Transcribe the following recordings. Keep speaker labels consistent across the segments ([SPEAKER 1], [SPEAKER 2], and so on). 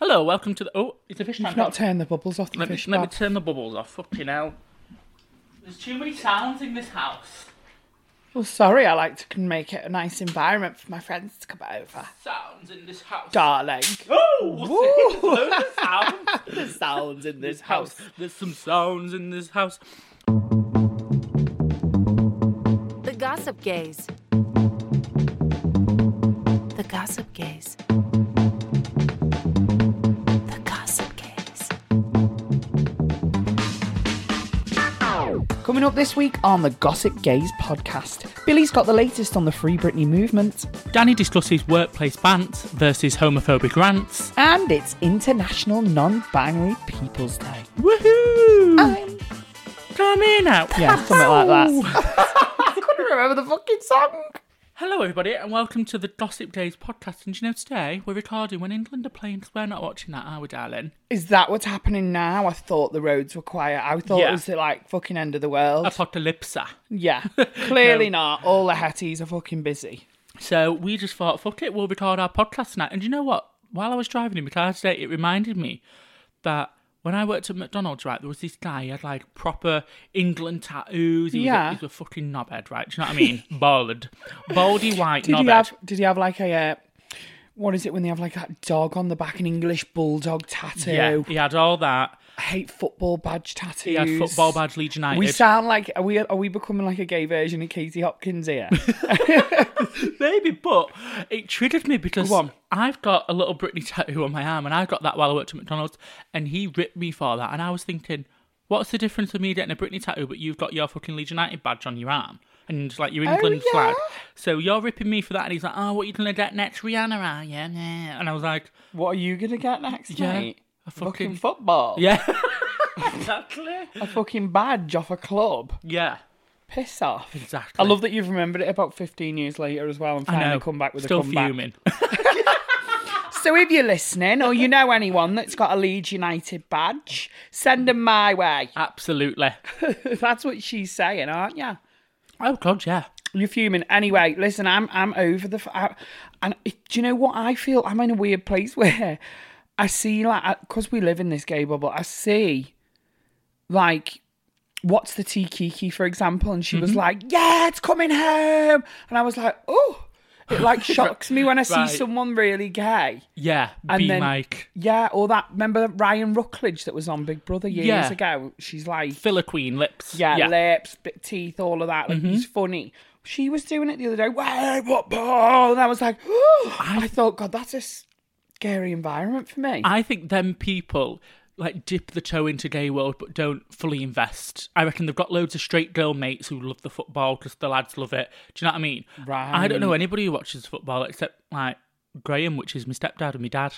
[SPEAKER 1] Hello, welcome to the. Oh, it's a fish tank.
[SPEAKER 2] You've not turned the bubbles off the
[SPEAKER 1] let me,
[SPEAKER 2] fish
[SPEAKER 1] let me
[SPEAKER 2] tank.
[SPEAKER 1] turn the bubbles off. Fucking hell. There's too many sounds in this house.
[SPEAKER 2] Well, Oh, sorry, I like to can make it a nice environment for my friends to come over.
[SPEAKER 1] Sounds in this house.
[SPEAKER 2] Darling.
[SPEAKER 1] Oh!
[SPEAKER 2] Woo!
[SPEAKER 1] Loads of sounds.
[SPEAKER 2] the sounds in this house.
[SPEAKER 1] There's some sounds in this house.
[SPEAKER 3] The Gossip Gaze. The Gossip Gaze. The Gossip Gaze.
[SPEAKER 2] Coming up this week on the Gossip Gaze podcast, Billy's got the latest on the Free Britney movement,
[SPEAKER 1] Danny discusses workplace bants versus homophobic rants.
[SPEAKER 2] and it's International Non Binary People's Day.
[SPEAKER 1] Woohoo!
[SPEAKER 2] I'm-
[SPEAKER 1] Come in out.
[SPEAKER 2] Yeah, something like that. I couldn't remember the fucking song.
[SPEAKER 1] Hello, everybody, and welcome to the Gossip Days podcast. And do you know, today we're recording when England are playing 'cause we're not watching that, are we, darling?
[SPEAKER 2] Is that what's happening now? I thought the roads were quiet. I thought
[SPEAKER 1] Yeah.
[SPEAKER 2] it was the, like fucking end of the world.
[SPEAKER 1] Apocalypse.
[SPEAKER 2] yeah, clearly not. All the Hetties are fucking busy.
[SPEAKER 1] So we just thought, fuck it, we'll record our podcast tonight. And do you know what? While I was driving in my car today, it reminded me that when I worked at McDonald's, right, there was this guy, he had like proper England tattoos. He
[SPEAKER 2] Yeah.
[SPEAKER 1] Was a, he was a fucking knobhead, right? Do you know what I mean? Bald. Baldy white
[SPEAKER 2] Did
[SPEAKER 1] knobhead.
[SPEAKER 2] he have? Did he have like a? Uh, what is it when they have like that dog on the back, an English bulldog tattoo?
[SPEAKER 1] yeah, he had all that.
[SPEAKER 2] I hate football badge tattoos.
[SPEAKER 1] He had football badge, Leeds United.
[SPEAKER 2] We sound like are we are we becoming like a gay version of Katie Hopkins here?
[SPEAKER 1] Maybe, but it triggered me because
[SPEAKER 2] Go on.
[SPEAKER 1] I've got a little Britney tattoo on my arm, and I got that while I worked at McDonald's, and he ripped me for that. And I was thinking, what's the difference of me getting a Britney tattoo, but you've got your fucking Leeds United badge on your arm and like your England
[SPEAKER 2] Oh, yeah.
[SPEAKER 1] flag? So you're ripping me for that, and he's like, oh, what are you gonna get next, Rihanna? Are you? Nah. And I was like,
[SPEAKER 2] what are you gonna get next?
[SPEAKER 1] Yeah,
[SPEAKER 2] mate?
[SPEAKER 1] a fucking-
[SPEAKER 2] football.
[SPEAKER 1] yeah, exactly.
[SPEAKER 2] a fucking badge off a club.
[SPEAKER 1] Yeah,
[SPEAKER 2] Piss off.
[SPEAKER 1] exactly.
[SPEAKER 2] I love that you've remembered it about 15 years later as well and
[SPEAKER 1] I
[SPEAKER 2] finally
[SPEAKER 1] know.
[SPEAKER 2] come back with
[SPEAKER 1] Still
[SPEAKER 2] a comeback.
[SPEAKER 1] fuming.
[SPEAKER 2] So if you're listening or you know anyone that's got a Leeds United badge, send them my way.
[SPEAKER 1] Absolutely.
[SPEAKER 2] That's what she's saying, aren't you?
[SPEAKER 1] Oh god, yeah.
[SPEAKER 2] You're fuming. Anyway, listen, I'm I'm over the. f- I, and it- do you know what I feel? I'm in a weird place where I see like because we live in this gay bubble. I see like what's the tea Kiki for example, and she was like, "Yeah, it's coming home," and I was like, "Oh." It like shocks me when I see
[SPEAKER 1] Right.
[SPEAKER 2] someone really gay.
[SPEAKER 1] Yeah,
[SPEAKER 2] And
[SPEAKER 1] be
[SPEAKER 2] then-
[SPEAKER 1] like
[SPEAKER 2] Yeah, or that remember Ryan Ruckledge that was on Big Brother years
[SPEAKER 1] Yeah.
[SPEAKER 2] ago. She's like,
[SPEAKER 1] filler queen lips.
[SPEAKER 2] yeah, lips, bit teeth, all of that. Like,
[SPEAKER 1] Mm-hmm.
[SPEAKER 2] It's funny. She was doing it the other day. Wait, what ball? And I was like, I... thought, God, that's a scary environment for me.
[SPEAKER 1] I think them people like dip the toe into gay world but don't fully invest. I reckon they've got loads of straight girl mates who love the football because the lads love it. Do you know what I mean?
[SPEAKER 2] Right.
[SPEAKER 1] I don't know anybody who watches football except like Graham, which is my stepdad and my dad.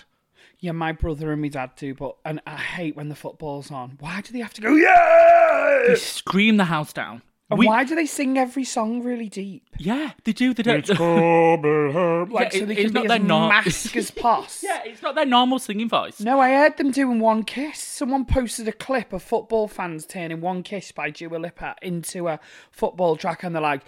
[SPEAKER 2] Yeah, my brother and my dad do, but and I hate when the football's on. Why do they have to go? Yeah.
[SPEAKER 1] They scream the house down.
[SPEAKER 2] And
[SPEAKER 1] We-
[SPEAKER 2] why do they sing every song really deep?
[SPEAKER 1] Yeah, they do. They don't. Yeah,
[SPEAKER 2] Like so
[SPEAKER 1] it-
[SPEAKER 2] they
[SPEAKER 1] it's
[SPEAKER 2] can
[SPEAKER 1] not
[SPEAKER 2] be
[SPEAKER 1] their
[SPEAKER 2] as
[SPEAKER 1] nor-
[SPEAKER 2] masked as poss.
[SPEAKER 1] yeah, it's not their normal singing voice.
[SPEAKER 2] No, I heard them doing One Kiss. Someone posted a clip of football fans turning One Kiss by Dua Lipa into a football track, and they're like,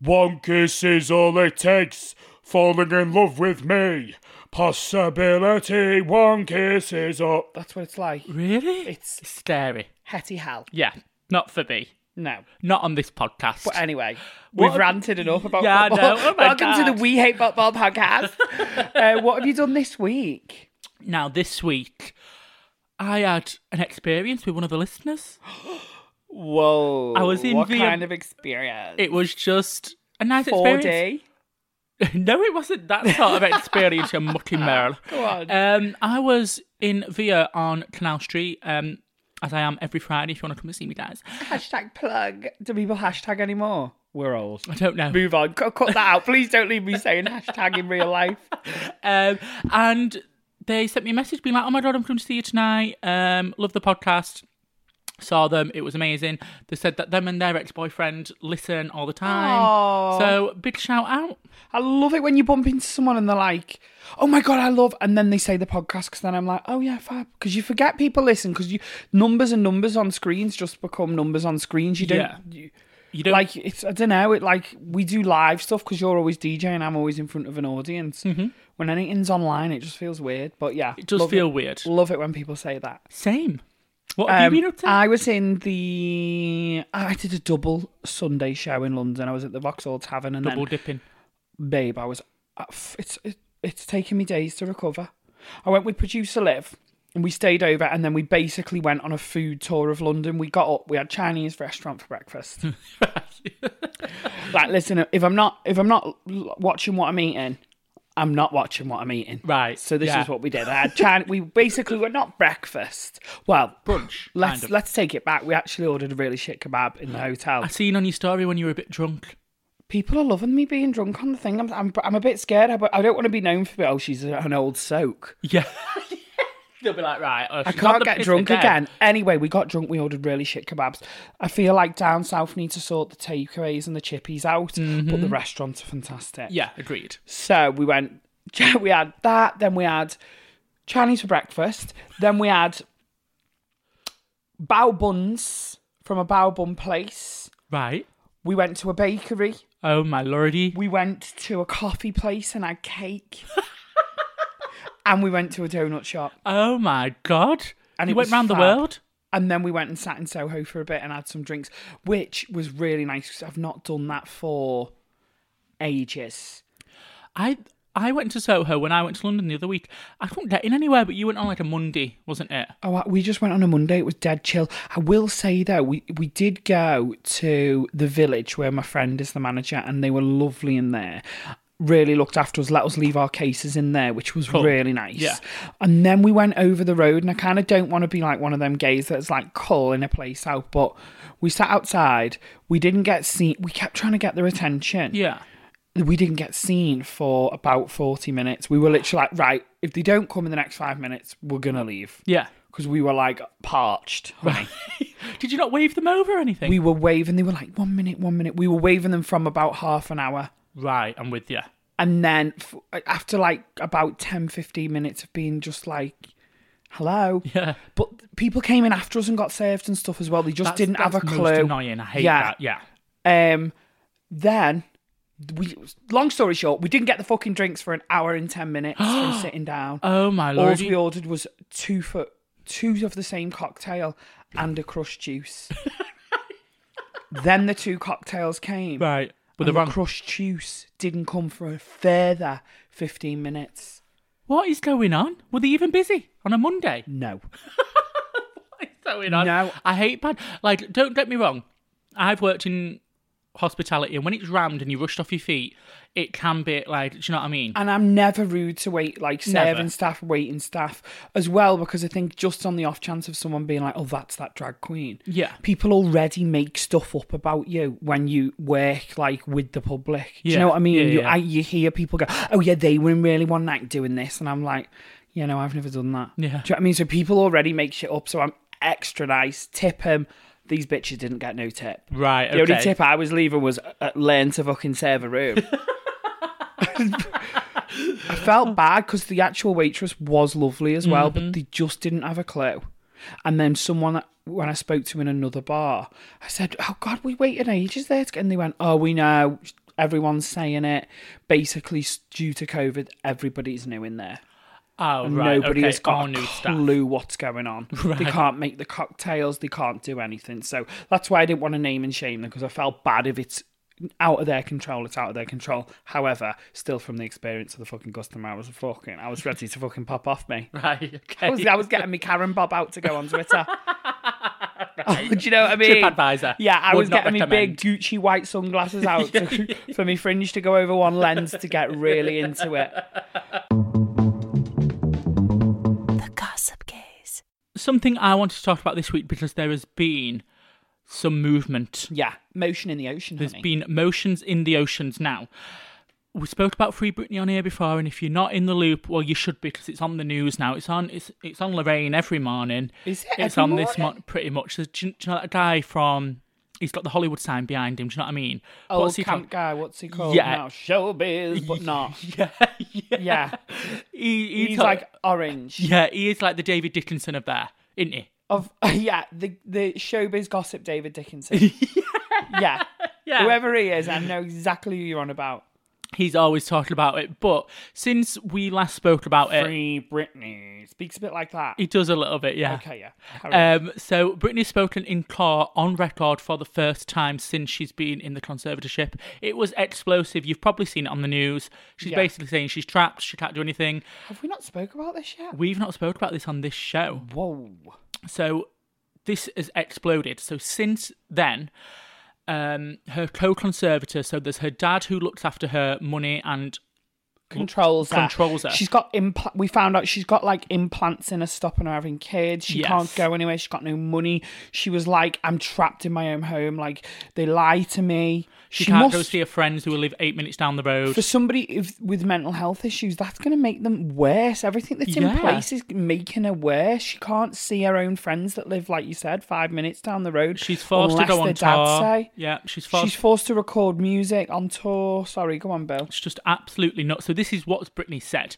[SPEAKER 2] One kiss is all it takes, falling in love with me. Possibility, one kiss is all. That's what it's like.
[SPEAKER 1] Really?
[SPEAKER 2] It's-
[SPEAKER 1] scary.
[SPEAKER 2] Hetty Hell.
[SPEAKER 1] Yeah, not for me.
[SPEAKER 2] No.
[SPEAKER 1] Not on this podcast.
[SPEAKER 2] But anyway,
[SPEAKER 1] What
[SPEAKER 2] we've
[SPEAKER 1] have-
[SPEAKER 2] ranted enough about
[SPEAKER 1] Yeah, I
[SPEAKER 2] football.
[SPEAKER 1] know. Oh my
[SPEAKER 2] Welcome to
[SPEAKER 1] God.
[SPEAKER 2] the We Hate Football podcast. uh, what have you done this week?
[SPEAKER 1] Now, this week, I had an experience with one of the listeners.
[SPEAKER 2] Whoa.
[SPEAKER 1] I was in
[SPEAKER 2] What
[SPEAKER 1] Vietnam-
[SPEAKER 2] kind of experience?
[SPEAKER 1] It was just a nice
[SPEAKER 2] 4D.
[SPEAKER 1] experience. no, it wasn't that sort of experience, you mucking Merrill.
[SPEAKER 2] Go on.
[SPEAKER 1] Um, I was in Via on Canal Street, um, as I am every Friday if you want to come and see me, guys.
[SPEAKER 2] Hashtag plug. Do people hashtag anymore? We're old.
[SPEAKER 1] I don't know.
[SPEAKER 2] Move on. Cut, cut that out. Please don't leave me saying hashtag in real life.
[SPEAKER 1] Um, and they sent me a message being like, "Oh my god, I'm coming to see you tonight. Um, love the podcast. Saw them. It was amazing. They said that them and their ex boyfriend listen all the time.
[SPEAKER 2] Aw.
[SPEAKER 1] So big shout out.
[SPEAKER 2] I love it when you bump into someone and they're like, "Oh my god, I love," and then they say the podcast because then I'm like, "Oh yeah, fab." Because you forget people listen because you numbers and numbers on screens just become numbers on screens. You don't.
[SPEAKER 1] Yeah.
[SPEAKER 2] You,
[SPEAKER 1] You don't
[SPEAKER 2] like it's I don't know it like we do live stuff because you're always DJ and I'm always in front of an audience. When anything's online, it just feels weird. But yeah,
[SPEAKER 1] Mm-hmm. It does
[SPEAKER 2] love
[SPEAKER 1] feel weird.
[SPEAKER 2] Love it when people say that.
[SPEAKER 1] same. What have
[SPEAKER 2] Um,
[SPEAKER 1] you been up to?
[SPEAKER 2] I was in the I did a double Sunday show in London. I was at the Vauxhall Tavern and
[SPEAKER 1] Double
[SPEAKER 2] then
[SPEAKER 1] dipping.
[SPEAKER 2] babe, I was. uh, It's it, it's taken me days to recover. I went with producer Liv, and we stayed over, and then we basically went on a food tour of London. We got up, we had Chinese restaurant for breakfast. like, listen, if I'm not if I'm not l- watching what I'm eating. I'm not watching what I'm eating.
[SPEAKER 1] Right,
[SPEAKER 2] So this
[SPEAKER 1] yeah.
[SPEAKER 2] is what we did. I had China. we basically were not breakfast. Well,
[SPEAKER 1] Brunch,
[SPEAKER 2] Let's
[SPEAKER 1] kind of.
[SPEAKER 2] let's take it back. We actually ordered a really shit kebab in the hotel.
[SPEAKER 1] I seen on your story when you were a bit drunk.
[SPEAKER 2] People are loving me being drunk on the thing. I'm, I'm, I'm a bit scared. I, I don't want to be known for, oh, she's an old soak.
[SPEAKER 1] Yeah. They'll be like, right. oh,
[SPEAKER 2] I
[SPEAKER 1] she's on
[SPEAKER 2] can't
[SPEAKER 1] the
[SPEAKER 2] get
[SPEAKER 1] piss
[SPEAKER 2] drunk again. Anyway, we got drunk. We ordered really shit kebabs. I feel like down south need to sort the takeaways and the chippies out, but
[SPEAKER 1] Mm-hmm.
[SPEAKER 2] the restaurants are fantastic.
[SPEAKER 1] Yeah, agreed.
[SPEAKER 2] So we went, we had that, then we had Chinese for breakfast, then we had bao buns from a bao bun place.
[SPEAKER 1] Right.
[SPEAKER 2] We went to a bakery.
[SPEAKER 1] Oh my lordy.
[SPEAKER 2] We went to a coffee place and had cake. and we went to a donut shop.
[SPEAKER 1] Oh my god.
[SPEAKER 2] And
[SPEAKER 1] you
[SPEAKER 2] it
[SPEAKER 1] went
[SPEAKER 2] was
[SPEAKER 1] round the
[SPEAKER 2] fab.
[SPEAKER 1] world.
[SPEAKER 2] And then we went and sat in Soho for a bit and had some drinks, which was really nice 'cause I've not done that for ages.
[SPEAKER 1] I I went to Soho when I went to London the other week. I couldn't get in anywhere, but you went on like a Monday, wasn't it?
[SPEAKER 2] Oh, I- we just went on a Monday. It was dead chill. I will say though, we we did go to the village where my friend is the manager, and they were lovely in there. Really looked after us, let us leave our cases in there, which was
[SPEAKER 1] Cool.
[SPEAKER 2] really nice.
[SPEAKER 1] Yeah.
[SPEAKER 2] And then we went over the road, and I kind of don't want to be like one of them gays that's like calling a place out, but we sat outside. We didn't get seen. We kept trying to get their attention
[SPEAKER 1] Yeah.
[SPEAKER 2] we didn't get seen for about 40 minutes. We were literally like, right, if they don't come in the next five minutes, we're going to leave.
[SPEAKER 1] Yeah.
[SPEAKER 2] Because we were like parched. honey.
[SPEAKER 1] Did you not wave them over or anything?
[SPEAKER 2] We were waving, they were like, one minute, one minute. We were waving them from about half an hour.
[SPEAKER 1] right, I'm with you.
[SPEAKER 2] And then f- after like about 10, 15 minutes of being just like, hello.
[SPEAKER 1] Yeah.
[SPEAKER 2] But people came in after us and got served and stuff as well. They just
[SPEAKER 1] That's-
[SPEAKER 2] didn't have a
[SPEAKER 1] that's
[SPEAKER 2] clue.
[SPEAKER 1] most annoying. I hate that. Yeah.
[SPEAKER 2] Um, then we, long story short, we didn't get the fucking drinks for an hour and ten minutes from sitting down.
[SPEAKER 1] Oh my
[SPEAKER 2] All
[SPEAKER 1] lordy.
[SPEAKER 2] we ordered was two for two of the same cocktail and a crushed juice. then the two cocktails came.
[SPEAKER 1] Right. With
[SPEAKER 2] But
[SPEAKER 1] the
[SPEAKER 2] the
[SPEAKER 1] wrong.
[SPEAKER 2] crushed juice didn't come for a further fifteen minutes.
[SPEAKER 1] what is going on? Were they even busy on a Monday?
[SPEAKER 2] No.
[SPEAKER 1] What is going on?
[SPEAKER 2] No.
[SPEAKER 1] I hate bad. Like, don't get me wrong. I've worked in hospitality, and when it's rammed and you rushed off your feet, it can be like, do you know what I mean?
[SPEAKER 2] And I'm never rude to wait, like serving
[SPEAKER 1] Never.
[SPEAKER 2] staff, waiting staff as well, because I think just on the off chance of someone being like, oh, that's that drag queen.
[SPEAKER 1] Yeah.
[SPEAKER 2] People already make stuff up about you when you work, like, with the public. Do you
[SPEAKER 1] Yeah.
[SPEAKER 2] know what I mean?
[SPEAKER 1] Yeah,
[SPEAKER 2] you,
[SPEAKER 1] yeah.
[SPEAKER 2] I, you hear people go, oh, yeah, they were in really one night doing this. And I'm like, you know, I've never done that.
[SPEAKER 1] Yeah.
[SPEAKER 2] Do you know what I mean? So people already make shit up. So I'm extra nice. Tip him. These bitches didn't get no tip.
[SPEAKER 1] Right,
[SPEAKER 2] The only
[SPEAKER 1] okay.
[SPEAKER 2] tip I was leaving was uh, learn to fucking serve a room. I felt bad because the actual waitress was lovely as well,
[SPEAKER 1] Mm-hmm.
[SPEAKER 2] but they just didn't have a clue. And then someone, when I spoke to in another bar, I said, "Oh God, we waited ages there," to get-" and they went, "Oh, we know. Everyone's saying it. Basically, s- due to COVID, everybody's new in there."
[SPEAKER 1] Oh,
[SPEAKER 2] and
[SPEAKER 1] right.
[SPEAKER 2] nobody
[SPEAKER 1] okay.
[SPEAKER 2] has got
[SPEAKER 1] all
[SPEAKER 2] a
[SPEAKER 1] new staff.
[SPEAKER 2] clue what's going on. They
[SPEAKER 1] Right.
[SPEAKER 2] can't make the cocktails. They can't do anything. So that's why I didn't want to name and shame them because I felt bad if it's out of their control. It's out of their control. However, still from the experience of the fucking customer, I was fucking. I was ready to fucking pop off me.
[SPEAKER 1] Right. Okay.
[SPEAKER 2] I was, I was getting me Karen Bob out to go on Twitter. Oh, do you know what I mean?
[SPEAKER 1] TripAdvisor
[SPEAKER 2] Yeah, I
[SPEAKER 1] would
[SPEAKER 2] was
[SPEAKER 1] not
[SPEAKER 2] getting me big
[SPEAKER 1] recommend.
[SPEAKER 2] Gucci white sunglasses out to, for me fringe to go over one lens to get really into it.
[SPEAKER 3] The Gossip Gaze.
[SPEAKER 1] Something I wanted to talk about this week because there has been some movement.
[SPEAKER 2] Yeah, motion in the ocean.
[SPEAKER 1] There's
[SPEAKER 2] honey.
[SPEAKER 1] been motions in the oceans now. We spoke about Free Britney on here before, and if you're not in the loop, well, you should be because it's on the news now. It's on. It's it's on Lorraine every morning.
[SPEAKER 2] Is it
[SPEAKER 1] It's
[SPEAKER 2] every
[SPEAKER 1] on this
[SPEAKER 2] morning?
[SPEAKER 1] mon- pretty much. There's- Do you, do you know that guy from? He's got the Hollywood sign behind him. Do you know what I mean?
[SPEAKER 2] old
[SPEAKER 1] What's he
[SPEAKER 2] Oh, camp
[SPEAKER 1] called?
[SPEAKER 2] guy. What's he called?
[SPEAKER 1] Yeah.
[SPEAKER 2] now? showbiz, but not.
[SPEAKER 1] Yeah, yeah.
[SPEAKER 2] Yeah,
[SPEAKER 1] He, he
[SPEAKER 2] he's,
[SPEAKER 1] got-
[SPEAKER 2] like orange.
[SPEAKER 1] yeah, he is like the David Dickinson of there, isn't he?
[SPEAKER 2] Of yeah, the the showbiz gossip David Dickinson. yeah.
[SPEAKER 1] Yeah.
[SPEAKER 2] whoever he is, I know exactly who you're on about.
[SPEAKER 1] He's always talking about it. But since we last spoke about it,
[SPEAKER 2] Free Britney speaks a bit like that.
[SPEAKER 1] Uh, he does a little bit, yeah.
[SPEAKER 2] Okay, yeah. Carry on.
[SPEAKER 1] Um, so Britney's spoken in court on record for the first time since she's been in the conservatorship. It was explosive. You've probably seen it on the news. She's
[SPEAKER 2] Yeah.
[SPEAKER 1] basically saying she's trapped. She can't do anything.
[SPEAKER 2] Have we not spoke about this yet?
[SPEAKER 1] We've not spoke about this on this show.
[SPEAKER 2] Whoa.
[SPEAKER 1] So this has exploded. So since then, um, her co-conservator, so there's her dad who looks after her money and
[SPEAKER 2] Controls her.
[SPEAKER 1] Controls her.
[SPEAKER 2] She's got impl- We found out she's got like implants in her, stopping her having kids. She
[SPEAKER 1] Yes.
[SPEAKER 2] can't go anywhere. She's got no money. She was like, "I'm trapped in my own home. Like they lie to me."
[SPEAKER 1] she, can't go
[SPEAKER 2] must-
[SPEAKER 1] see her friends who will live eight minutes down the road.
[SPEAKER 2] for somebody if, with mental health issues, that's going to make them worse. Everything that's in
[SPEAKER 1] Yeah.
[SPEAKER 2] place is making her worse. She can't see her own friends that live, like you said, five minutes down the road.
[SPEAKER 1] She's forced to
[SPEAKER 2] unless
[SPEAKER 1] go on
[SPEAKER 2] their dad
[SPEAKER 1] tour.
[SPEAKER 2] say.
[SPEAKER 1] Yeah, she's forced.
[SPEAKER 2] She's forced to record music on tour. Sorry, go on, Bill.
[SPEAKER 1] It's just absolutely nuts. So this is what Britney said.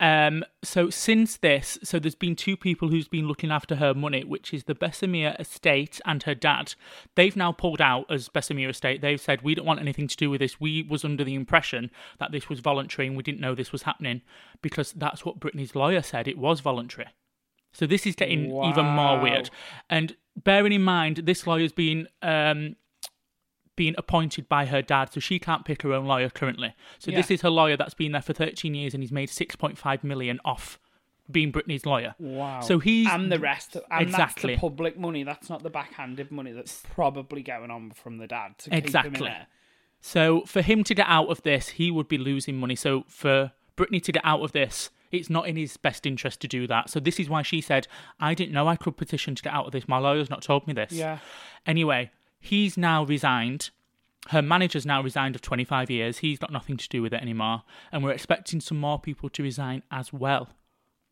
[SPEAKER 1] Um, so since this, so there's been two people who's been looking after her money, which is the Bessemer estate and her dad. They've now pulled out as Bessemer estate. They've said we don't want anything to do with this. We was under the impression that this was voluntary and we didn't know this was happening because that's what Britney's lawyer said. It was voluntary. So this is getting even more
[SPEAKER 2] Wow.
[SPEAKER 1] weird. And bearing in mind, this lawyer's been um, being appointed by her dad, so she can't pick her own lawyer currently. So this
[SPEAKER 2] Yeah.
[SPEAKER 1] is her lawyer that's been there for 13 years, and he's made 6.5 million off being Britney's lawyer.
[SPEAKER 2] Wow.
[SPEAKER 1] So he's
[SPEAKER 2] and the rest, and
[SPEAKER 1] exactly
[SPEAKER 2] that's the public money. That's not the backhanded money that's probably going on from the dad. To Keep him
[SPEAKER 1] Exactly.
[SPEAKER 2] in it.
[SPEAKER 1] So for him to get out of this, he would be losing money. So for Britney to get out of this, it's not in his best interest to do that. So this is why she said, "I didn't know I could petition to get out of this. My lawyer's not told me this."
[SPEAKER 2] Yeah.
[SPEAKER 1] Anyway, he's now resigned. Her manager's now resigned of 25 years. He's got nothing to do with it anymore, and we're expecting some more people to resign as well.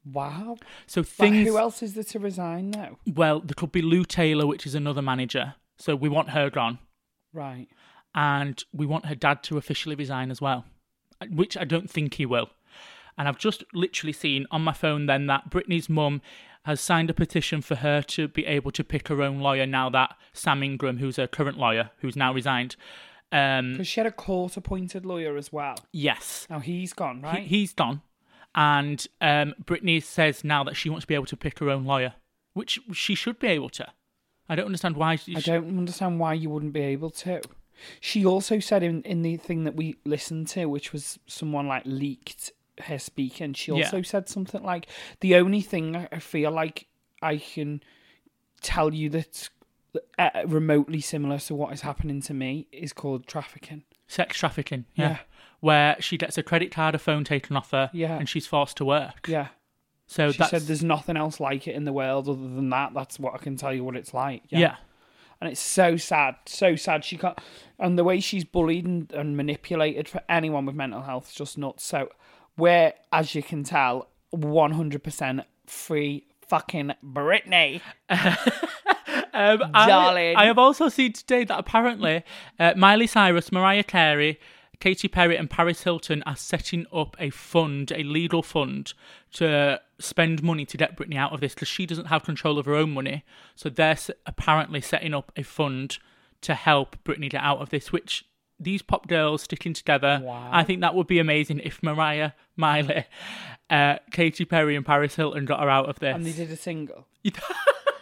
[SPEAKER 2] Wow.
[SPEAKER 1] So
[SPEAKER 2] But
[SPEAKER 1] things
[SPEAKER 2] who else is there to resign now?
[SPEAKER 1] well, there could be Lou Taylor, which is another manager. So we want her gone.
[SPEAKER 2] Right.
[SPEAKER 1] and we want her dad to officially resign as well, which I don't think he will. And I've just literally seen on my phone then that Britney's mum has signed a petition for her to be able to pick her own lawyer now that Sam Ingram, who's her current lawyer, who's now resigned, um,
[SPEAKER 2] Because she had a court-appointed lawyer as well.
[SPEAKER 1] yes,
[SPEAKER 2] Now he's gone,
[SPEAKER 1] he-
[SPEAKER 2] right?
[SPEAKER 1] he's gone. And um, Britney says now that she wants to be able to pick her own lawyer, which she should be able to. I don't understand why. She,
[SPEAKER 2] I don't understand why you wouldn't be able to. She also said in, in the thing that we listened to, which was someone like leaked her speaking, she
[SPEAKER 1] Yeah.
[SPEAKER 2] also said something like, The only thing I I feel like I can tell you that's uh, remotely similar to what is happening to me is called trafficking.
[SPEAKER 1] sex trafficking. Yeah.
[SPEAKER 2] Yeah.
[SPEAKER 1] Where she gets a credit card, a phone taken off her,
[SPEAKER 2] Yeah.
[SPEAKER 1] and she's forced to work.
[SPEAKER 2] Yeah.
[SPEAKER 1] So
[SPEAKER 2] she
[SPEAKER 1] that's
[SPEAKER 2] said, There's nothing else like it in the world other than that. That's what I can tell you what it's like.
[SPEAKER 1] yeah.
[SPEAKER 2] and it's so sad, so sad. She can't, and the way she's bullied and, and manipulated for anyone with mental health is just nuts. So we're, as you can tell, one hundred percent free fucking Britney.
[SPEAKER 1] Um, I-
[SPEAKER 2] Darling.
[SPEAKER 1] I, have also seen today that apparently uh, Miley Cyrus, Mariah Carey, Katy Perry, and Paris Hilton are setting up a fund, a legal fund, to spend money to get Britney out of this because she doesn't have control of her own money. So they're s- apparently setting up a fund to help Britney get out of this, which these pop girls sticking together.
[SPEAKER 2] Wow.
[SPEAKER 1] I think that would be amazing if Mariah, Miley, uh, Katy Perry, and Paris Hilton got her out of this.
[SPEAKER 2] And they did a single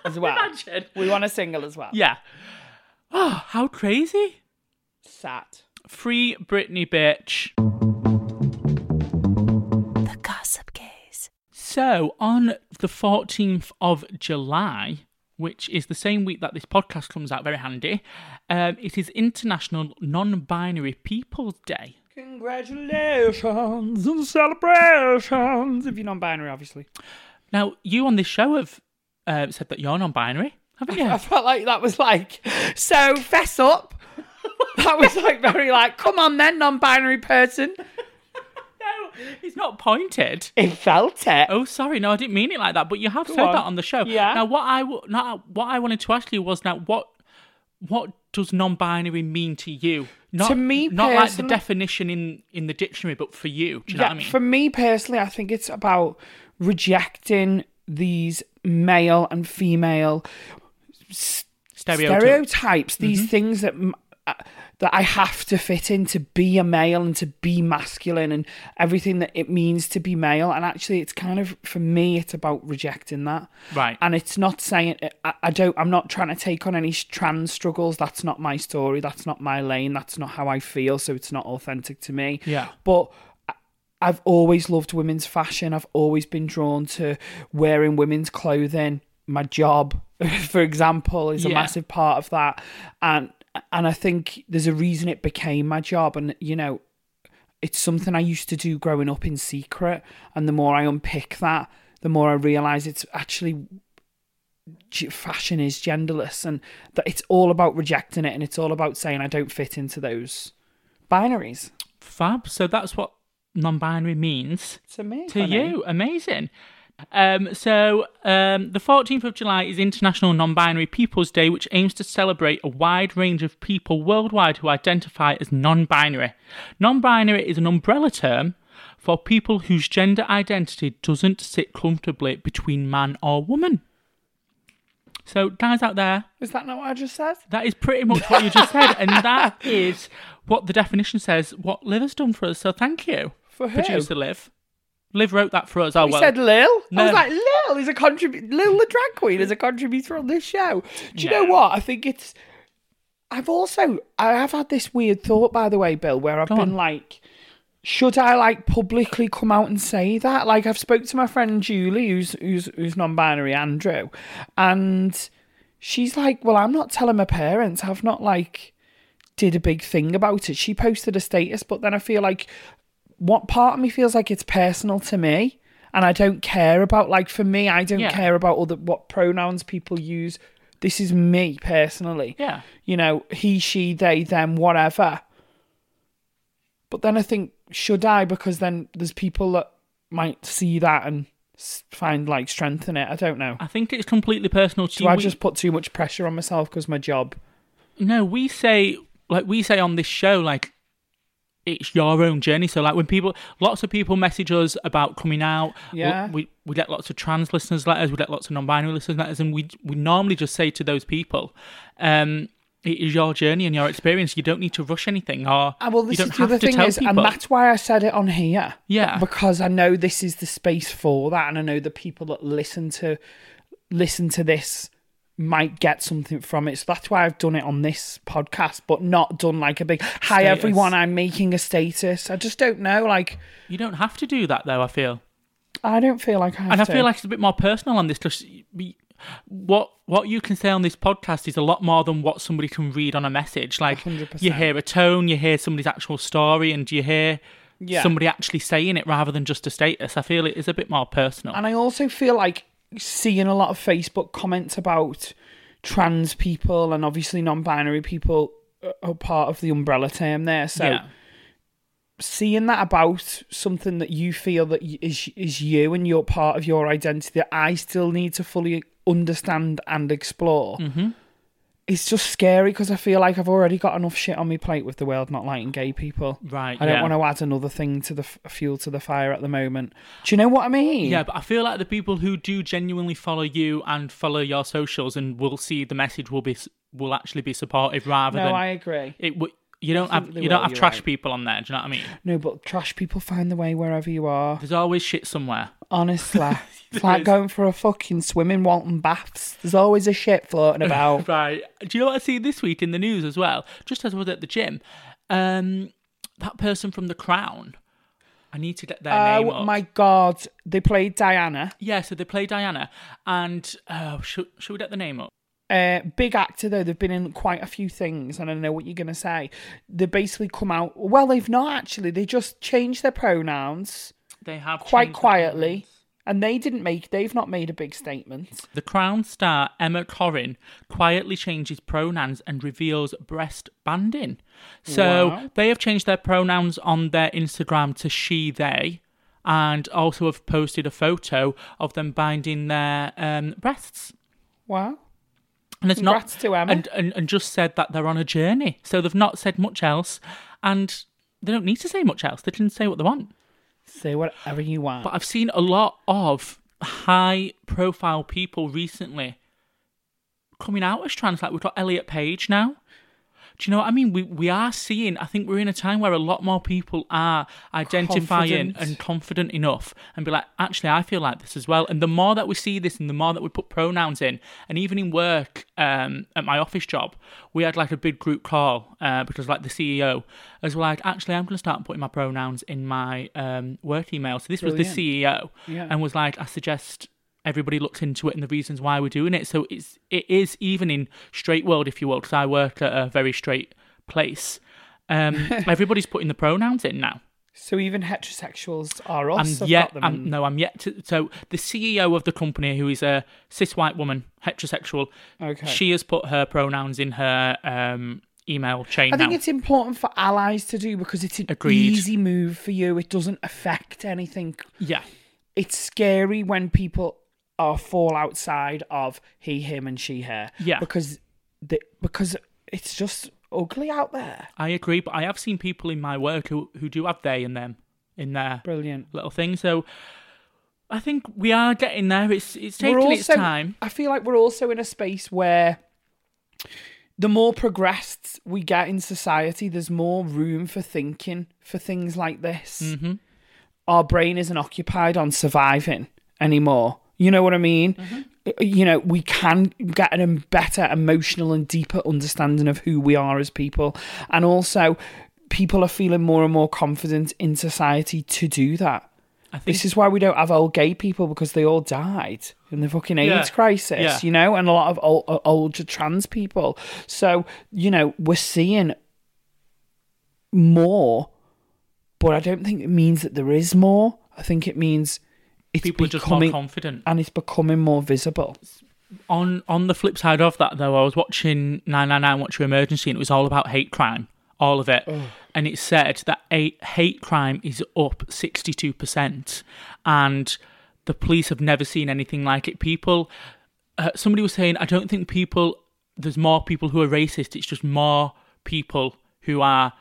[SPEAKER 2] as well.
[SPEAKER 1] Imagine.
[SPEAKER 2] We want a single as well.
[SPEAKER 1] Yeah. Oh, how crazy!
[SPEAKER 2] Sat.
[SPEAKER 1] Free Britney, bitch.
[SPEAKER 3] The Gossip Gaze.
[SPEAKER 1] So, on the 14th of July, which is the same week that this podcast comes out, very handy, um, it is International Non Binary People's Day.
[SPEAKER 2] Congratulations and celebrations. If you're non binary, obviously.
[SPEAKER 1] Now, you on this show have uh, said that you're non binary, haven't you?
[SPEAKER 2] I felt like that was like, so fess up. that was like very like, come on then, non binary person.
[SPEAKER 1] no, it's not pointed.
[SPEAKER 2] It felt it.
[SPEAKER 1] Oh, sorry. No, I didn't mean it like that. But you have
[SPEAKER 2] Go
[SPEAKER 1] said
[SPEAKER 2] on.
[SPEAKER 1] that on the show.
[SPEAKER 2] Yeah.
[SPEAKER 1] Now, what I w- now, what I wanted to ask you was now what what does non-binary mean to you? Not,
[SPEAKER 2] To me
[SPEAKER 1] not like the
[SPEAKER 2] personally-
[SPEAKER 1] definition in in the dictionary, but for you. Do you know what I mean?
[SPEAKER 2] For me personally, I think it's about rejecting these male and female
[SPEAKER 1] Stereotype. Mm-hmm.
[SPEAKER 2] stereotypes, these things that m- uh, that I have to fit in to be a male and to be masculine and everything that it means to be male. And actually, it's kind of for me, it's about rejecting that.
[SPEAKER 1] Right.
[SPEAKER 2] And it's not saying I, I don't. I'm not trying to take on any s- trans struggles. That's not my story. That's not my lane. That's not how I feel. So it's not authentic to me.
[SPEAKER 1] Yeah.
[SPEAKER 2] But I've always loved women's fashion. I've always been drawn to wearing women's clothing. My job, for example, is a
[SPEAKER 1] Yeah.
[SPEAKER 2] massive part of that. And and I think there's a reason it became my job. And you know, it's something I used to do growing up in secret. And the more I unpick that, the more I realise it's actually g- fashion is genderless and that it's all about rejecting it and it's all about saying I don't fit into those binaries.
[SPEAKER 1] Fab. So that's what non-binary means
[SPEAKER 2] To me,
[SPEAKER 1] to
[SPEAKER 2] funny.
[SPEAKER 1] you. Amazing. Um, so um, the 14th of July is International Non-Binary People's Day, which aims to celebrate a wide range of people worldwide who identify as non-binary. Non-binary is an umbrella term for people whose gender identity doesn't sit comfortably between man or woman. So guys out there,
[SPEAKER 2] Is that not what I just said?
[SPEAKER 1] That is pretty much what you just said, and that is what the definition says. What Liv has done for us, so thank you,
[SPEAKER 2] For who?
[SPEAKER 1] producer Liv. Liv wrote that for us. Oh
[SPEAKER 2] We
[SPEAKER 1] well,
[SPEAKER 2] said Lil.
[SPEAKER 1] No.
[SPEAKER 2] I was like, Lil is a contribute. Lil the drag queen is a contributor on this show. Do you
[SPEAKER 1] No.
[SPEAKER 2] know what? I think it's. I've also I have had this weird thought, by the way, Bill, where I've
[SPEAKER 1] Go
[SPEAKER 2] been
[SPEAKER 1] on.
[SPEAKER 2] like, should I like publicly come out and say that? Like, I've spoke to my friend Julie, who's who's who's non-binary, Andrew, and she's like, well, I'm not telling my parents. I've not like did a big thing about it. She posted a status, but then I feel like what part of me feels like it's personal to me and I don't care about like for me I don't
[SPEAKER 1] Yeah.
[SPEAKER 2] care about all the what pronouns people use. This is me personally.
[SPEAKER 1] Yeah.
[SPEAKER 2] You know, he, she, they, them, whatever. But then I think should I because then there's people that might see that and s- find like strength in it. I don't know.
[SPEAKER 1] I think it's completely personal to
[SPEAKER 2] Do
[SPEAKER 1] you.
[SPEAKER 2] I
[SPEAKER 1] We-
[SPEAKER 2] just put too much pressure on myself because my job?
[SPEAKER 1] no, we say like we say on this show like it's your own journey. So like when people, lots of people message us about coming out.
[SPEAKER 2] Yeah.
[SPEAKER 1] we we get lots of trans listeners letters, we get lots of non-binary listeners letters, and we we normally just say to those people. um it is your journey and your experience. You don't need to rush anything, or
[SPEAKER 2] Ah, well,
[SPEAKER 1] you
[SPEAKER 2] this
[SPEAKER 1] don't
[SPEAKER 2] is the
[SPEAKER 1] have
[SPEAKER 2] other
[SPEAKER 1] to
[SPEAKER 2] thing
[SPEAKER 1] tell
[SPEAKER 2] is, and
[SPEAKER 1] people.
[SPEAKER 2] that's why I said it on here.
[SPEAKER 1] Yeah.
[SPEAKER 2] because I know this is the space for that, and I know the people that listen to listen to this might get something from it. So that's why I've done it on this podcast, but not done like a big "Hi
[SPEAKER 1] Status.
[SPEAKER 2] everyone, I'm making a status." I just don't know. Like,
[SPEAKER 1] You don't have to do that, though. I feel,
[SPEAKER 2] I don't feel like I have
[SPEAKER 1] and I
[SPEAKER 2] to.
[SPEAKER 1] feel like it's a bit more personal on this because what what you can say on this podcast is a lot more than what somebody can read on a message. Like
[SPEAKER 2] 100%.
[SPEAKER 1] you hear a tone, you hear somebody's actual story, and you hear
[SPEAKER 2] Yeah.
[SPEAKER 1] somebody actually saying it rather than just a status. I feel it is a bit more personal.
[SPEAKER 2] And I also feel like seeing a lot of Facebook comments about trans people and obviously non-binary people are part of the umbrella term there. So
[SPEAKER 1] yeah,
[SPEAKER 2] seeing that about something that you feel that y- is is you and you're part of your identity that I still need to fully understand and explore.
[SPEAKER 1] Mm-hmm.
[SPEAKER 2] It's just scary because I feel like I've already got enough shit on my plate with the world not liking gay people.
[SPEAKER 1] Right,
[SPEAKER 2] I don't
[SPEAKER 1] yeah.
[SPEAKER 2] want to add another thing to the f- fuel to the fire at the moment. Do you know what I mean?
[SPEAKER 1] yeah, but I feel like the people who do genuinely follow you and follow your socials and will see the message will be s- will actually be supportive rather
[SPEAKER 2] No,
[SPEAKER 1] than
[SPEAKER 2] I agree.
[SPEAKER 1] it would You don't
[SPEAKER 2] I think
[SPEAKER 1] have
[SPEAKER 2] they
[SPEAKER 1] you don't
[SPEAKER 2] will,
[SPEAKER 1] have
[SPEAKER 2] you're
[SPEAKER 1] trash
[SPEAKER 2] right.
[SPEAKER 1] people on there. Do you know what I mean?
[SPEAKER 2] No, but trash people find the way wherever you are.
[SPEAKER 1] There's always shit somewhere.
[SPEAKER 2] Honestly, it's like going for a fucking swim in Walton Baths. There's always a shit floating about.
[SPEAKER 1] Right. Do you know what I see this week in the news as well? Just as I was at the gym, um, that person from The Crown. I need to get their name
[SPEAKER 2] Oh
[SPEAKER 1] up.
[SPEAKER 2] my god, they played Diana.
[SPEAKER 1] Yeah, so they play Diana, and uh, should should we get the name up?
[SPEAKER 2] Uh, big actor though, they've been in quite a few things, and I know what you're gonna say. They basically come out. Well, they've not actually. They just changed their pronouns
[SPEAKER 1] They have
[SPEAKER 2] quite
[SPEAKER 1] changed the
[SPEAKER 2] quietly,
[SPEAKER 1] names.
[SPEAKER 2] and they didn't make. They've not made a big statement.
[SPEAKER 1] The Crown star Emma Corrin quietly changes pronouns and reveals breast banding. So
[SPEAKER 2] Wow.
[SPEAKER 1] they have changed their pronouns on their Instagram to she, they, and also have posted a photo of them binding their um, breasts.
[SPEAKER 2] Wow.
[SPEAKER 1] And it's
[SPEAKER 2] Congrats to Emma.
[SPEAKER 1] And, and, and just said that they're on a journey. So they've not said much else, and they don't need to say much else. They can say what they want.
[SPEAKER 2] Say whatever you want.
[SPEAKER 1] But I've seen a lot of high profile people recently coming out as trans. Like we've got Elliot Page now. Do you know what I mean? We we are seeing. I think we're in a time where a lot more people are identifying
[SPEAKER 2] Confident.
[SPEAKER 1] and confident enough, and be like, actually, I feel like this as well. And the more that we see this, and the more that we put pronouns in, and even in work, um, at my office job, we had like a big group call uh, because like the CEO as well, like, actually, I'm going to start putting my pronouns in my um, work email. So this was
[SPEAKER 2] Brilliant.
[SPEAKER 1] the CEO,
[SPEAKER 2] Yeah.
[SPEAKER 1] and was like, I suggest everybody looks into it and the reasons why we're doing it. So it's it is even in straight world, if you will, because I work at a very straight place. Um, everybody's putting the pronouns in now.
[SPEAKER 2] So even heterosexuals are us.
[SPEAKER 1] I'm
[SPEAKER 2] I've
[SPEAKER 1] yet,
[SPEAKER 2] got them
[SPEAKER 1] I'm,
[SPEAKER 2] in-
[SPEAKER 1] no, I'm yet to. So the CEO of the company, who is a cis white woman, heterosexual,
[SPEAKER 2] Okay.
[SPEAKER 1] she has put her pronouns in her um, email chain
[SPEAKER 2] I think
[SPEAKER 1] now.
[SPEAKER 2] it's important for allies to do because it's an
[SPEAKER 1] Agreed.
[SPEAKER 2] easy move for you. It doesn't affect anything.
[SPEAKER 1] yeah,
[SPEAKER 2] It's scary when people are fall outside of he, him, and she, her.
[SPEAKER 1] Yeah.
[SPEAKER 2] because the, because it's just ugly out there.
[SPEAKER 1] I agree. But I have seen people in my work who who do have they and them in their
[SPEAKER 2] Brilliant.
[SPEAKER 1] little thing. So I think we are getting there. It's it's taking its time.
[SPEAKER 2] I feel like we're also in a space where the more progressed we get in society, there's more room for thinking for things like this.
[SPEAKER 1] Mm-hmm.
[SPEAKER 2] Our brain isn't occupied on surviving anymore. You know what I mean?
[SPEAKER 1] Mm-hmm.
[SPEAKER 2] You know, we can get an em- better emotional and deeper understanding of who we are as people. And also, people are feeling more and more confident in society to do that.
[SPEAKER 1] I think
[SPEAKER 2] This is why we don't have old gay people because they all died in the fucking AIDS
[SPEAKER 1] Yeah.
[SPEAKER 2] crisis,
[SPEAKER 1] Yeah.
[SPEAKER 2] you know, and a lot of old, older trans people. So, you know, we're seeing more, but I don't think it means that there is more. I think it means it's
[SPEAKER 1] people are just more
[SPEAKER 2] becoming
[SPEAKER 1] confident.
[SPEAKER 2] and it's becoming more visible.
[SPEAKER 1] on on the flip side of that though, I was watching 999 Watch Your Emergency and it was all about hate crime, all of it. And it said that hate, hate crime is up 62% and the police have never seen anything like it. People uh, somebody was saying I don't think people there's more people who are racist, it's just more people who are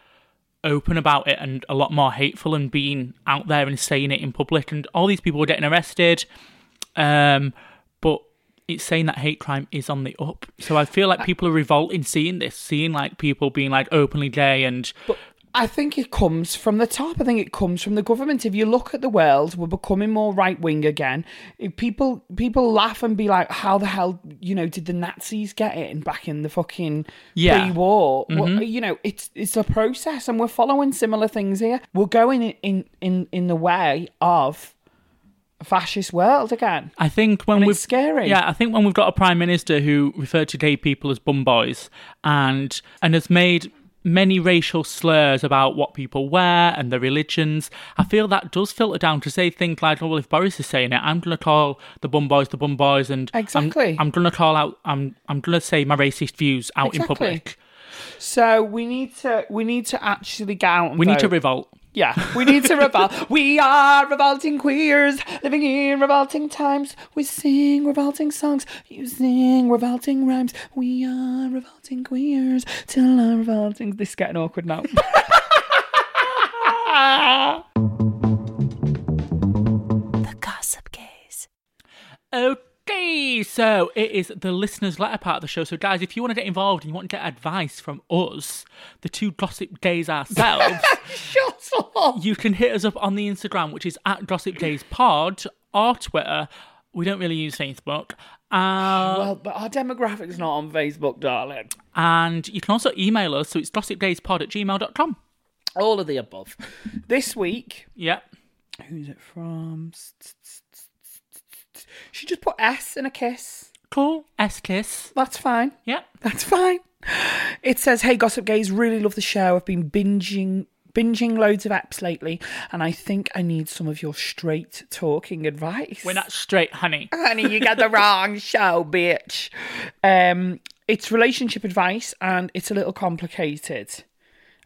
[SPEAKER 1] open about it and a lot more hateful and being out there and saying it in public and all these people were getting arrested um, but it's saying that hate crime is on the up. So I feel
[SPEAKER 2] Uh,
[SPEAKER 1] like people are revolting seeing this, seeing like people being like openly gay and
[SPEAKER 2] I think it comes from the top. I think it comes from the government. If you look at the world, we're becoming more right wing again. If people people laugh and be like, "How the hell, you know, did the Nazis get in back in the fucking
[SPEAKER 1] Yeah. Mm-hmm.
[SPEAKER 2] pre-war?" Well, you know, it's it's a process, and we're following similar things here. We're going in in in, in the way of a fascist world again.
[SPEAKER 1] I think when
[SPEAKER 2] And
[SPEAKER 1] we've
[SPEAKER 2] it's scary.
[SPEAKER 1] yeah, I think when we've got a prime minister who referred to gay people as bum boys and and has made many racial slurs about what people wear and their religions, I feel that does filter down to say things like, oh well, if Boris is saying it, I'm gonna call the bum boys the bum boys and I'm-
[SPEAKER 2] Exactly.
[SPEAKER 1] I'm, gonna call out, I'm I'm gonna say my racist views out in
[SPEAKER 2] Exactly.
[SPEAKER 1] public.
[SPEAKER 2] So we need to we need to actually get out. And
[SPEAKER 1] We need to
[SPEAKER 2] vote.
[SPEAKER 1] revolt.
[SPEAKER 2] Yeah, we need to revolt. we are revolting queers, living in revolting times. We sing revolting songs, you sing revolting rhymes. We are revolting queers till our revolting. This is getting awkward now.
[SPEAKER 3] The Gossip Gaze.
[SPEAKER 1] Okay, Hey, so it is the listeners' letter part of the show. So, guys, if you want to get involved and you want to get advice from us, the two gossip days ourselves,
[SPEAKER 2] Shut up.
[SPEAKER 1] you can hit us up on the Instagram, which is at Gossip Days Pod, or Twitter. We don't really use Facebook. Uh,
[SPEAKER 2] Well, but our demographic's not on Facebook, darling.
[SPEAKER 1] and you can also email us. So it's gossipdayspod at gmail.com.
[SPEAKER 2] All of the above. this week,
[SPEAKER 1] Yep.
[SPEAKER 2] who's it from? She just put S in a kiss.
[SPEAKER 1] Cool. S kiss.
[SPEAKER 2] That's fine.
[SPEAKER 1] Yep.
[SPEAKER 2] That's fine. It says, "Hey, Gossip Gays, really love the show. I've been binging." Binging loads of apps lately, and I think I need some of your straight talking advice.
[SPEAKER 1] We're not straight, honey.
[SPEAKER 2] honey, you got the wrong show, bitch. Um, it's relationship advice and it's a little complicated.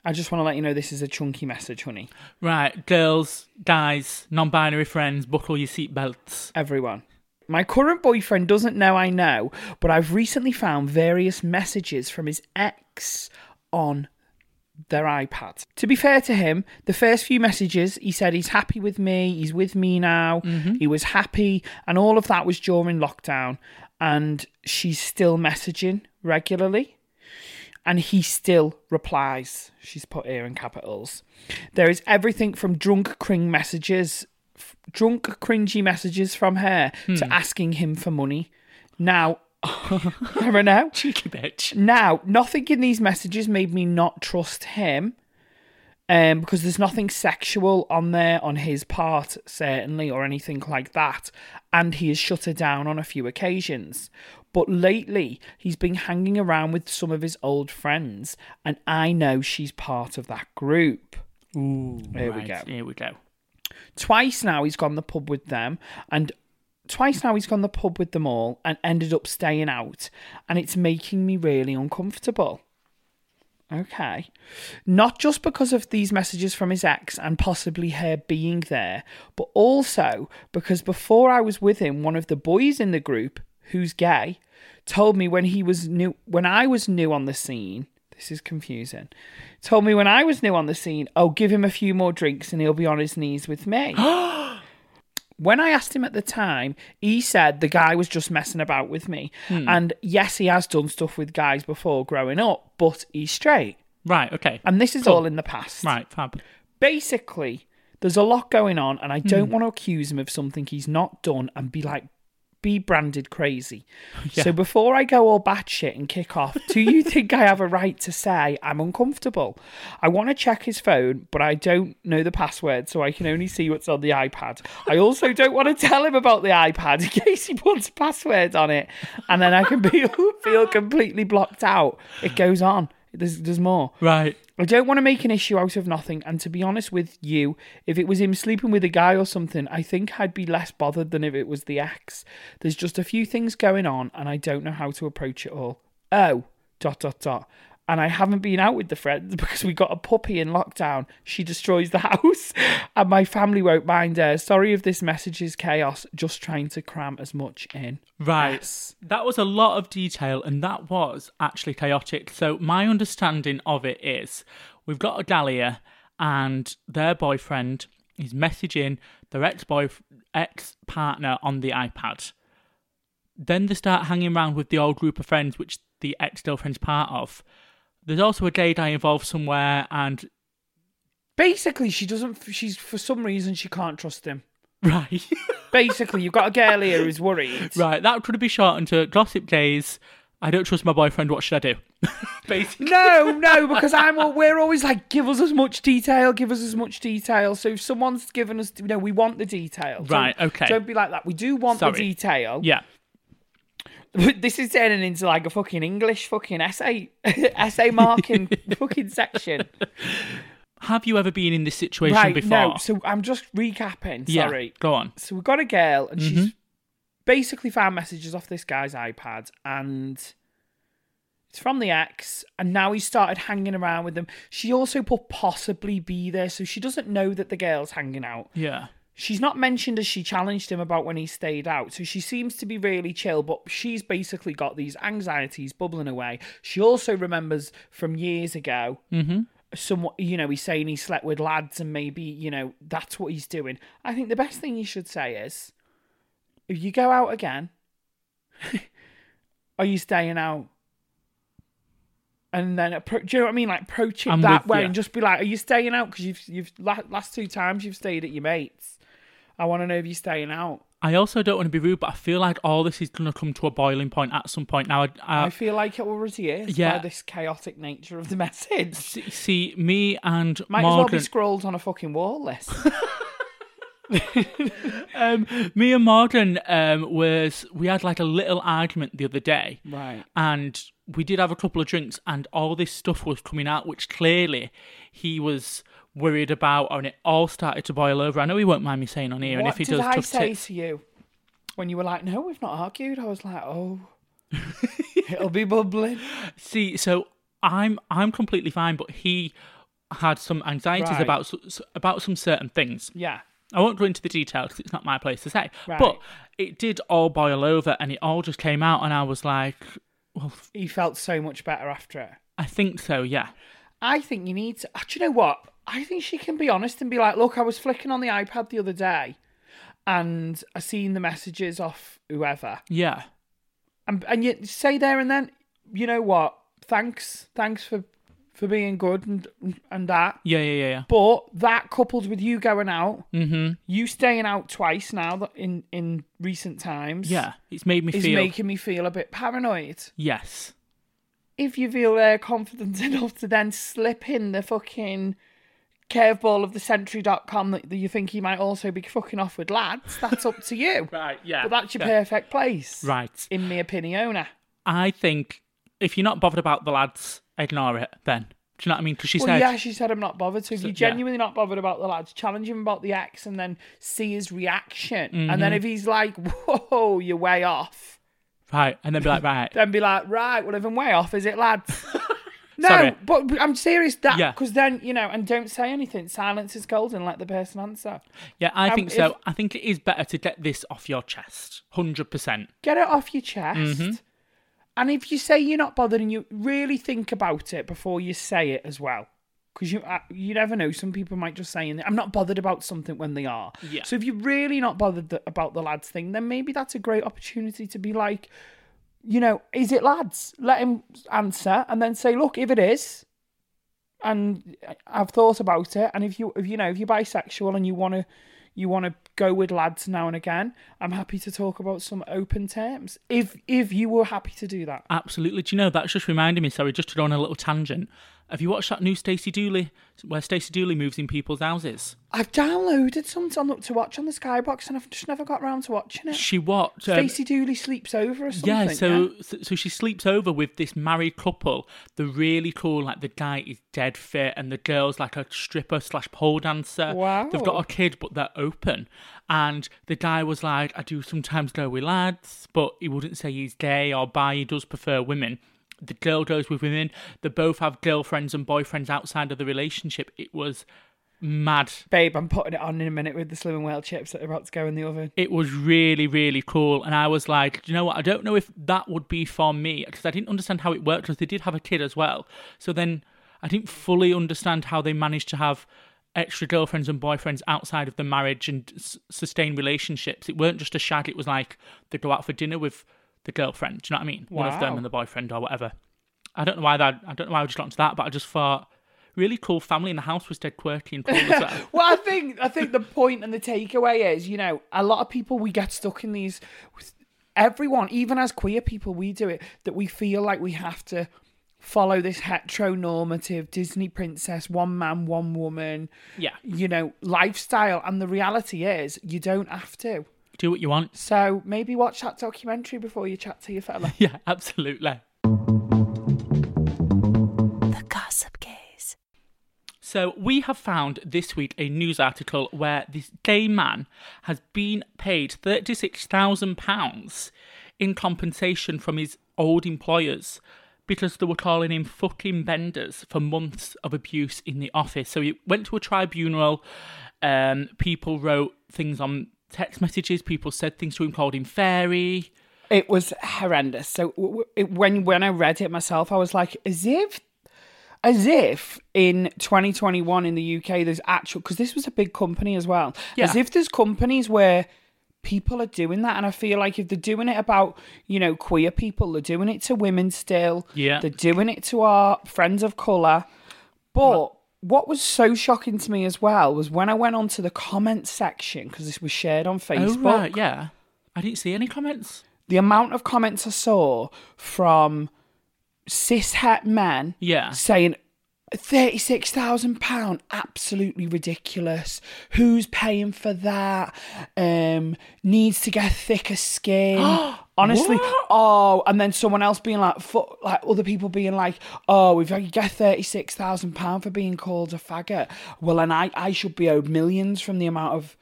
[SPEAKER 2] I just want to let you know this is a chunky message, honey.
[SPEAKER 1] Right, girls, guys, non binary friends, buckle your seatbelts.
[SPEAKER 2] Everyone. My current boyfriend doesn't know I know, but I've recently found various messages from his ex on their iPad. To be fair to him, the first few messages, he said he's happy with me, he's with me now, he was happy, and all of that was during lockdown. And she's still messaging regularly, and he still replies. She's put here in capitals. There is everything from drunk cring messages, f- drunk cringy messages from her to asking him for money. Now, never know.
[SPEAKER 1] Cheeky bitch.
[SPEAKER 2] Now, nothing in these messages made me not trust him. Um, because there's nothing sexual on there on his part, certainly, or anything like that. And he has shut her down on a few occasions. But lately, he's been hanging around with some of his old friends, and I know she's part of that group.
[SPEAKER 1] Ooh.
[SPEAKER 2] Here we
[SPEAKER 1] right,
[SPEAKER 2] go.
[SPEAKER 1] Here we go.
[SPEAKER 2] Twice now, he's gone the pub with them, and twice now, he's gone the pub with them all and ended up staying out, and it's making me really uncomfortable. Okay. Not just because of these messages from his ex and possibly her being there, but also because before I was with him, one of the boys in the group, who's gay, told me when he was new when I was new on the scene. This is confusing. Told me when I was new on the scene, oh, give him a few more drinks and he'll be on his knees with me. when I asked him at the time, he said the guy was just messing about with me. And yes, he has done stuff with guys before growing up, but he's straight.
[SPEAKER 1] Right, okay.
[SPEAKER 2] And this is all in the past.
[SPEAKER 1] Right, fab.
[SPEAKER 2] Basically, there's a lot going on, and I don't want to accuse him of something he's not done and be like, be branded crazy.
[SPEAKER 1] Yeah.
[SPEAKER 2] So before I go all batshit and kick off, do you think I have a right to say I'm uncomfortable? I want to check his phone, but I don't know the password, so I can only see what's on the iPad. I also don't want to tell him about the iPad in case he puts a password on it, and then I can be, feel completely blocked out. It goes on. There's, there's more.
[SPEAKER 1] Right.
[SPEAKER 2] I don't want to make an issue out of nothing, and to be honest with you, if it was him sleeping with a guy or something, I think I'd be less bothered than if it was the ex. There's just a few things going on, and I don't know how to approach it all. Oh, dot dot dot. And I haven't been out with the friends because we got a puppy in lockdown. She destroys the house, and my family won't mind her. Sorry if this message is chaos. Just trying to cram as much in.
[SPEAKER 1] Right.
[SPEAKER 2] Yes.
[SPEAKER 1] That was a lot of detail and that was actually chaotic. So my understanding of it is we've got a Dahlia and their boyfriend is messaging their ex boy ex partner on the iPad. Then they start hanging around with the old group of friends which the ex girlfriend's part of. There's also a gay guy involved somewhere and
[SPEAKER 2] Basically, she doesn't. She's for some reason she can't trust him.
[SPEAKER 1] Right.
[SPEAKER 2] Basically, you've got a girl here who's worried.
[SPEAKER 1] right, that could be shortened to gossip days. I don't trust my boyfriend, what should I do? Basically.
[SPEAKER 2] No, no, because I'm. al- We're always like, give us as much detail, give us as much detail. So if someone's given us, you know, we want the detail. Don't-
[SPEAKER 1] Right, okay.
[SPEAKER 2] Don't be like that. We do want
[SPEAKER 1] Sorry.
[SPEAKER 2] the detail.
[SPEAKER 1] Yeah.
[SPEAKER 2] But this is turning into like a fucking English fucking essay, essay marking fucking section.
[SPEAKER 1] Have you ever been in this situation
[SPEAKER 2] Right.
[SPEAKER 1] before?
[SPEAKER 2] No. So I'm just recapping.
[SPEAKER 1] yeah,
[SPEAKER 2] Sorry.
[SPEAKER 1] go on.
[SPEAKER 2] So we've got a girl, and she's basically found messages off this guy's iPad, and it's from the ex, and now he's started hanging around with them. She also put possibly be there, so she doesn't know that the girl's hanging out.
[SPEAKER 1] Yeah.
[SPEAKER 2] She's not mentioned as she challenged him about when he stayed out, so she seems to be really chill, but she's basically got these anxieties bubbling away. She also remembers from years ago
[SPEAKER 1] Mm-hmm.
[SPEAKER 2] somewhat you know he's saying he slept with lads and maybe you know that's what he's doing i think the best thing you should say is if you go out again are you staying out? And then, appro- do you know what I mean? Like, approach it
[SPEAKER 1] I'm
[SPEAKER 2] that
[SPEAKER 1] with
[SPEAKER 2] way
[SPEAKER 1] ya.
[SPEAKER 2] and just be like, are you staying out? Because you've, you've, la- last two times you've stayed at your mate's. I want to know if you're staying out.
[SPEAKER 1] I also don't want to be rude, but I feel like all this is going to come to a boiling point at some point. Now, I, I,
[SPEAKER 2] I feel like it already is
[SPEAKER 1] Uh, yeah.
[SPEAKER 2] by this chaotic nature of the message.
[SPEAKER 1] see, see, me and
[SPEAKER 2] Might as well
[SPEAKER 1] Morgan,
[SPEAKER 2] be scrolled on a fucking wall list.
[SPEAKER 1] me and Morgan um, was we had like a little argument the other day,
[SPEAKER 2] right.
[SPEAKER 1] and we did have a couple of drinks, and all this stuff was coming out, which clearly he was worried about, and it all started to boil over. I know he won't mind me saying on here, and
[SPEAKER 2] what
[SPEAKER 1] if he
[SPEAKER 2] did
[SPEAKER 1] does,
[SPEAKER 2] I
[SPEAKER 1] tough
[SPEAKER 2] say
[SPEAKER 1] tips.
[SPEAKER 2] to you when you were like, "No, we've not argued"? I was like, "Oh, it'll be bubbling."
[SPEAKER 1] See, so I'm I'm completely fine, but he had some anxieties
[SPEAKER 2] Right.
[SPEAKER 1] about s- about some certain things.
[SPEAKER 2] Yeah,
[SPEAKER 1] I won't go into the details 'cause it's not my place to say.
[SPEAKER 2] Right.
[SPEAKER 1] But it did all boil over and it all just came out, and I was like,
[SPEAKER 2] he felt so much better after it.
[SPEAKER 1] I think so, yeah.
[SPEAKER 2] I think you need to. ah, Do you know what? I think she can be honest and be like, "Look, I was flicking on the iPad the other day, and I seen the messages off whoever."
[SPEAKER 1] Yeah.
[SPEAKER 2] and and you say there and then, you know what? Thanks, thanks for for being good and and that.
[SPEAKER 1] Yeah, yeah, yeah, Mm-hmm. yeah.
[SPEAKER 2] But that coupled with you going out, you staying out twice now that- in in recent times,
[SPEAKER 1] Yeah. It's made me
[SPEAKER 2] is
[SPEAKER 1] feel.
[SPEAKER 2] making me feel a bit paranoid.
[SPEAKER 1] Yes.
[SPEAKER 2] If you feel uh, confident enough to then slip in the fucking curveball of the century.com that, that you think you might also be fucking off with lads, that's up to you.
[SPEAKER 1] Right, yeah.
[SPEAKER 2] But that's your perfect place.
[SPEAKER 1] Right.
[SPEAKER 2] In my opinion.
[SPEAKER 1] I think if you're not bothered about the lads, ignore it then. Do you know what I mean? Because she
[SPEAKER 2] well,
[SPEAKER 1] said.
[SPEAKER 2] yeah, she said I'm not bothered. So if
[SPEAKER 1] So-
[SPEAKER 2] you're
[SPEAKER 1] yeah.
[SPEAKER 2] genuinely not bothered about the lads, challenge him about the ex and then see his reaction. And
[SPEAKER 1] Mm-hmm.
[SPEAKER 2] then if he's like, whoa, you're way off,
[SPEAKER 1] Right. And then be like, right.
[SPEAKER 2] then be like, right, well, if I'm way off, is it lads? no,
[SPEAKER 1] Sorry.
[SPEAKER 2] but but I'm serious. That
[SPEAKER 1] Yeah.
[SPEAKER 2] because then you know, and don't say anything. Silence is golden. Let the person answer.
[SPEAKER 1] Yeah, I
[SPEAKER 2] Um,
[SPEAKER 1] think so.
[SPEAKER 2] if-
[SPEAKER 1] I think it is better to get this off your chest. 100%.
[SPEAKER 2] Get it off your chest.
[SPEAKER 1] Mm-hmm.
[SPEAKER 2] And if you say you're not bothered, and you really think about it before you say it as well. Because you uh, you never know, some people might just say, in the- "I'm not bothered about something" when they are.
[SPEAKER 1] Yeah.
[SPEAKER 2] So if you're really not bothered th- about the lads thing, then maybe that's a great opportunity to be like, you know, is it lads? Let him answer, and then say, "Look, if it is, and I've thought about it, and if you if you know if you're bisexual and you want to you want to go with lads now and again, I'm happy to talk about some open terms. If if you were happy to do that,
[SPEAKER 1] Absolutely. Do you know that's just reminding me? Sorry, just to go on a little tangent. Have you watched that new Stacey Dooley, where Stacey Dooley moves in people's houses?
[SPEAKER 2] I've downloaded something to watch on the Skybox, and I've just never got round to watching it.
[SPEAKER 1] She watched. um,
[SPEAKER 2] Stacey Dooley sleeps over or something.
[SPEAKER 1] yeah, so so- so she sleeps over with this married couple. They're really cool. Like the guy is dead fit, and the girl's like a stripper slash pole dancer.
[SPEAKER 2] Wow.
[SPEAKER 1] They've got a kid, but they're open. And the guy was like, "I do sometimes go with lads, but he wouldn't say he's gay or bi. He does prefer women." The girl goes with women. They both have girlfriends and boyfriends outside of the relationship. It was mad.
[SPEAKER 2] babe, I'm putting it on in a minute with the Slim and Whale chips that are about to go in the oven.
[SPEAKER 1] it was really really cool and i was like "Do you know what i don't know if that would be for me because i didn't understand how it worked because they did have a kid as well so then i didn't fully understand how they managed to have extra girlfriends and boyfriends outside of the marriage and s- sustain relationships it weren't just a shag it was like they go out for dinner with the girlfriend do you know what i mean one of them
[SPEAKER 2] Wow.
[SPEAKER 1] and the boyfriend or whatever i don't know why that i don't know why i just got into that but i just thought really cool family in the house was dead quirky and cool as well
[SPEAKER 2] well, I think I think the point and the takeaway is, you know, a lot of people we get stuck in these. Everyone, even as queer people, we do it that we feel like we have to follow this heteronormative Disney princess, one man, one woman,
[SPEAKER 1] yeah
[SPEAKER 2] you know, lifestyle. And the reality is, you don't have to.
[SPEAKER 1] do what you want
[SPEAKER 2] So maybe watch that documentary before you chat to your fella.
[SPEAKER 1] yeah absolutely
[SPEAKER 3] The Gossip Gaze.
[SPEAKER 1] So, we have found this week a news article where this gay man has been paid £36,000 in compensation from his old employers because they were calling him fucking benders for months of abuse in the office. So, he went to a tribunal, um, people wrote things on text messages, people said things to him, called him fairy.
[SPEAKER 2] It was horrendous. So w- w- it, when when I read it myself, I was like, as if, as if in 2021 in the UK, there's actual because this was a big company as well.
[SPEAKER 1] Yeah.
[SPEAKER 2] As if there's companies where people are doing that, and I feel like if they're doing it about you know queer people, they're doing it to women still.
[SPEAKER 1] Yeah.
[SPEAKER 2] they're doing it to our friends of color. But what was so shocking to me as well was when I went onto the comment section because this was shared on Facebook
[SPEAKER 1] Oh right, yeah. I didn't see any comments.
[SPEAKER 2] the amount of comments I saw from cis het men
[SPEAKER 1] Yeah.
[SPEAKER 2] saying thirty-six thousand pound, absolutely ridiculous. Who's paying for that? Um, needs to get thicker skin. Honestly,
[SPEAKER 1] What?
[SPEAKER 2] oh, and then someone else being like, fu- like other people being like, oh, if I get thirty-six thousand pound for being called a faggot, well, then I I should be owed millions from the amount of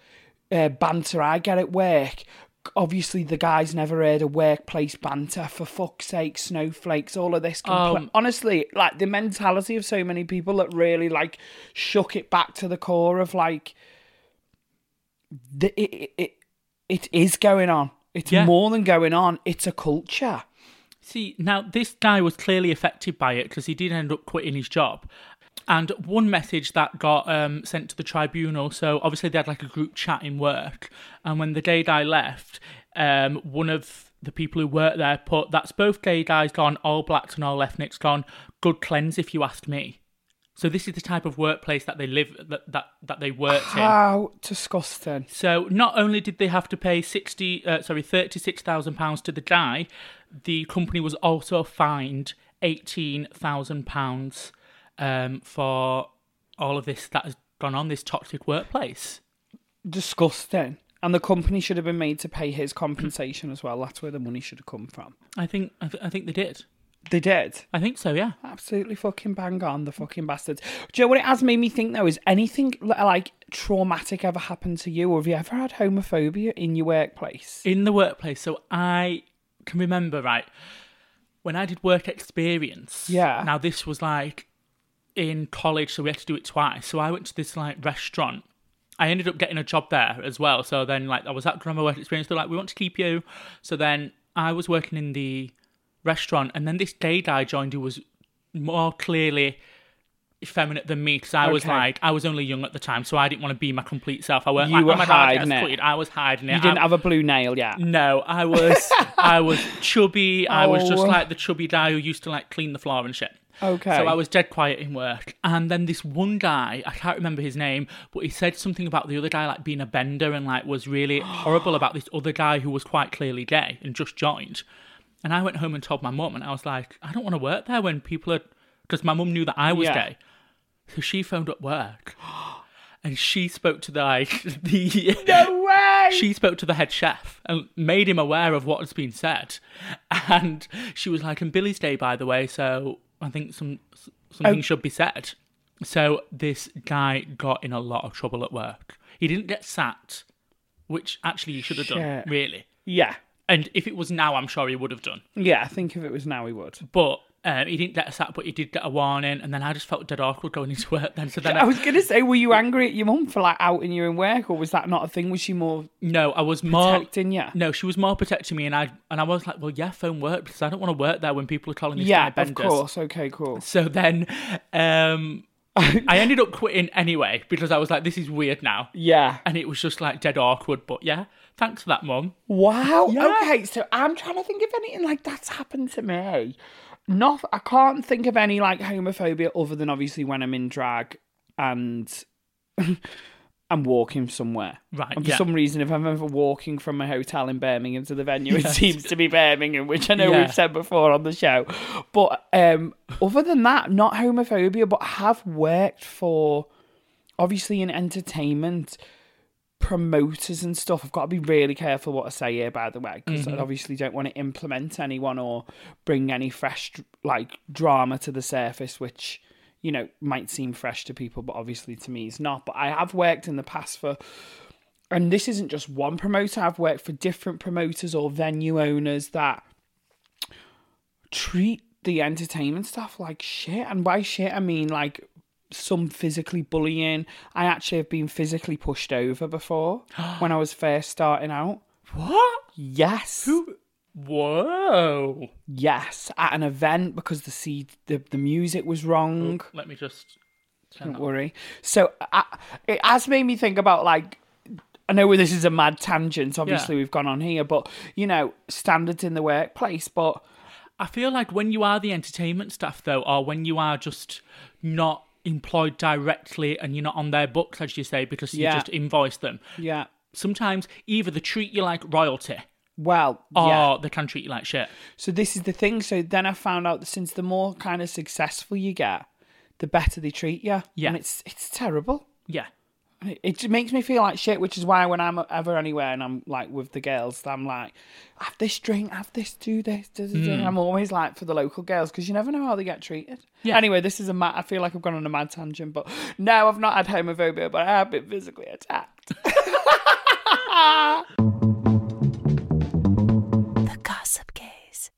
[SPEAKER 2] uh, banter I get at work. Obviously, the guy's never heard of workplace banter. For fuck's sake, snowflakes, all of this. Compl-
[SPEAKER 1] Um,
[SPEAKER 2] Honestly, like the mentality of so many people that really like shook it back to the core of like, the, it, it, it, it is going on. It's
[SPEAKER 1] Yeah.
[SPEAKER 2] more than going on. It's a culture.
[SPEAKER 1] See, now this guy was clearly affected by it because he did end up quitting his job. And one message that got um, sent to the tribunal. So obviously they had like a group chat in work. And when the gay guy left, um, one of the people who worked there put, "That's both gay guys gone, all blacks and all ethnics gone. Good cleanse, if you ask me." So this is the type of workplace that they live that that, that they worked in.
[SPEAKER 2] How disgusting.
[SPEAKER 1] So not only did they have to pay sixty, uh, sorry, thirty-six thousand pounds to the guy, the company was also fined eighteen thousand pounds um, for all of this that has gone on this toxic workplace.
[SPEAKER 2] Disgusting. And the company should have been made to pay his compensation as well. That's where the money should have come from.
[SPEAKER 1] I think I, th- I think they did.
[SPEAKER 2] They did.
[SPEAKER 1] I think so. Yeah.
[SPEAKER 2] Absolutely fucking bang on, the fucking bastards. Do you know what it has made me think though? Is anything li- like traumatic ever happened to you, or have you ever had homophobia in your workplace?
[SPEAKER 1] in the workplace. So I can remember, right, when I did work experience.
[SPEAKER 2] Yeah.
[SPEAKER 1] Now this was like in college, so we had to do it twice. So I went to this like restaurant. I ended up getting a job there as well. So then, like, I was at grammar work experience. They're like, we want to keep you. So then I was working in the restaurant, and then this gay guy joined who was more clearly effeminate than me because I was
[SPEAKER 2] Okay.
[SPEAKER 1] like, I was only young at the time, so I didn't want to be my complete self. I weren't
[SPEAKER 2] You
[SPEAKER 1] like,
[SPEAKER 2] were
[SPEAKER 1] oh my God, I get
[SPEAKER 2] hiding it.
[SPEAKER 1] quitted. I was hiding it.
[SPEAKER 2] you didn't
[SPEAKER 1] I-
[SPEAKER 2] have a blue nail yet.
[SPEAKER 1] no, I was I was chubby. I was just
[SPEAKER 2] Oh.
[SPEAKER 1] like the chubby guy who used to like clean the floor and shit.
[SPEAKER 2] Okay.
[SPEAKER 1] So I was dead quiet in work. And then this one guy, I can't remember his name, but he said something about the other guy like being a bender and like was really horrible about this other guy who was quite clearly gay and just joined. And I went home and told my mum and I was like, I don't want to work there when people are because my mum knew that I was
[SPEAKER 2] Yeah.
[SPEAKER 1] gay. So she phoned up work. And she spoke to the like the
[SPEAKER 2] No way.
[SPEAKER 1] she spoke to the head chef and made him aware of what has been said. And she was like, "And Billy's day, by the way, so I think some s- something
[SPEAKER 2] Oh.
[SPEAKER 1] should be said." So this guy got in a lot of trouble at work. He didn't get sacked, which actually he should have done,
[SPEAKER 2] Shit.
[SPEAKER 1] really.
[SPEAKER 2] yeah,
[SPEAKER 1] And if it was now, I'm sure he would have done.
[SPEAKER 2] yeah. I think if it was now, he would.
[SPEAKER 1] But um, he didn't get sacked, but he did get a warning. And then I just felt dead awkward going into work. Then so then
[SPEAKER 2] I was gonna say, were you angry at your mum for like outing you in work, or was that not a thing? Was she more?
[SPEAKER 1] No, I was more
[SPEAKER 2] Protecting ya?
[SPEAKER 1] No, she was more protecting me, and I and I was like, well, yeah, phone work because I don't want to work there when people are calling me.
[SPEAKER 2] Yeah,
[SPEAKER 1] sky
[SPEAKER 2] of
[SPEAKER 1] benders.
[SPEAKER 2] course. Okay, cool.
[SPEAKER 1] So then, um, I ended up quitting anyway because I was like, this is weird now,
[SPEAKER 2] Yeah.
[SPEAKER 1] and it was just like dead awkward. But yeah, thanks for that, mum.
[SPEAKER 2] Wow.
[SPEAKER 1] Yeah.
[SPEAKER 2] Okay, so I'm trying to think of anything like that's happened to me. Not, I can't think of any like homophobia other than obviously when I'm in drag and I'm walking somewhere.
[SPEAKER 1] Right,
[SPEAKER 2] And for
[SPEAKER 1] yeah.
[SPEAKER 2] some reason, if I'm ever walking from my hotel in Birmingham to the venue, it seems to be Birmingham, which I know
[SPEAKER 1] Yeah.
[SPEAKER 2] we've said before on the show. But um, other than that, not homophobia, but have worked for obviously in entertainment promoters and stuff i've got to be really careful what i say here by the way because i obviously don't want to implement anyone or bring any fresh like drama to the surface which you know might seem fresh to people but obviously to me it's not but i have worked in the past for and this isn't just one promoter i've worked for different promoters or venue owners that treat the entertainment stuff like shit. And by shit, I mean like some physically bullying. I actually have been physically pushed over before when I was first starting out.
[SPEAKER 1] What?
[SPEAKER 2] Yes.
[SPEAKER 1] Whoa!
[SPEAKER 2] Yes. At an event because the, C- the, the music was wrong.
[SPEAKER 1] Let me just.
[SPEAKER 2] Don't worry. So I, it has made me think about like I know this is a mad tangent. Obviously,
[SPEAKER 1] Yeah.
[SPEAKER 2] we've gone on here, but you know, standards in the workplace. But
[SPEAKER 1] I feel like when you are the entertainment staff, though, or when you are just not employed directly and you're not on their books, as you say, because
[SPEAKER 2] Yeah.
[SPEAKER 1] you just invoice them,
[SPEAKER 2] yeah,
[SPEAKER 1] sometimes either they treat you like royalty
[SPEAKER 2] well,
[SPEAKER 1] or
[SPEAKER 2] yeah.
[SPEAKER 1] they can treat you like shit.
[SPEAKER 2] So this is the thing. So then I found out that since the more kind of successful you get, the better they treat you.
[SPEAKER 1] Yeah.
[SPEAKER 2] and it's it's terrible.
[SPEAKER 1] Yeah.
[SPEAKER 2] It- It just makes me feel like shit, which is why when I'm ever anywhere and I'm like with the girls, I'm like, have this drink, have this, do this. Da, da, da. I'm always like for the local girls because you never know how they get treated.
[SPEAKER 1] Yeah.
[SPEAKER 2] Anyway, this is a mad. I feel like I've gone on a mad tangent, but no, I've not had homophobia, but I have been physically attacked.
[SPEAKER 3] The Gossip Gaze.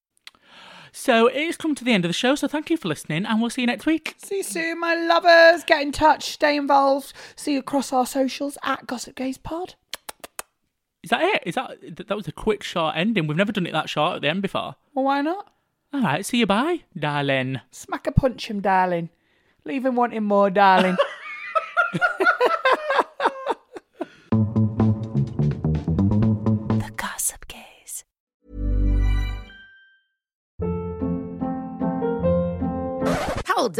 [SPEAKER 1] So it has come to the end of the show. So thank you for listening, and we'll see you next week.
[SPEAKER 2] See you soon, my lovers. Get in touch, stay involved. See you across our socials at Gossip Gaze Pod.
[SPEAKER 1] Is that it? Is that th- that was a quick, short ending? We've never done it that short at the end before.
[SPEAKER 2] Well, why not?
[SPEAKER 1] All right. See you. Bye, darling.
[SPEAKER 2] Smack a punch him, darling. Leave him wanting more, darling.
[SPEAKER 3] The Gossip Gaze.
[SPEAKER 4] Hold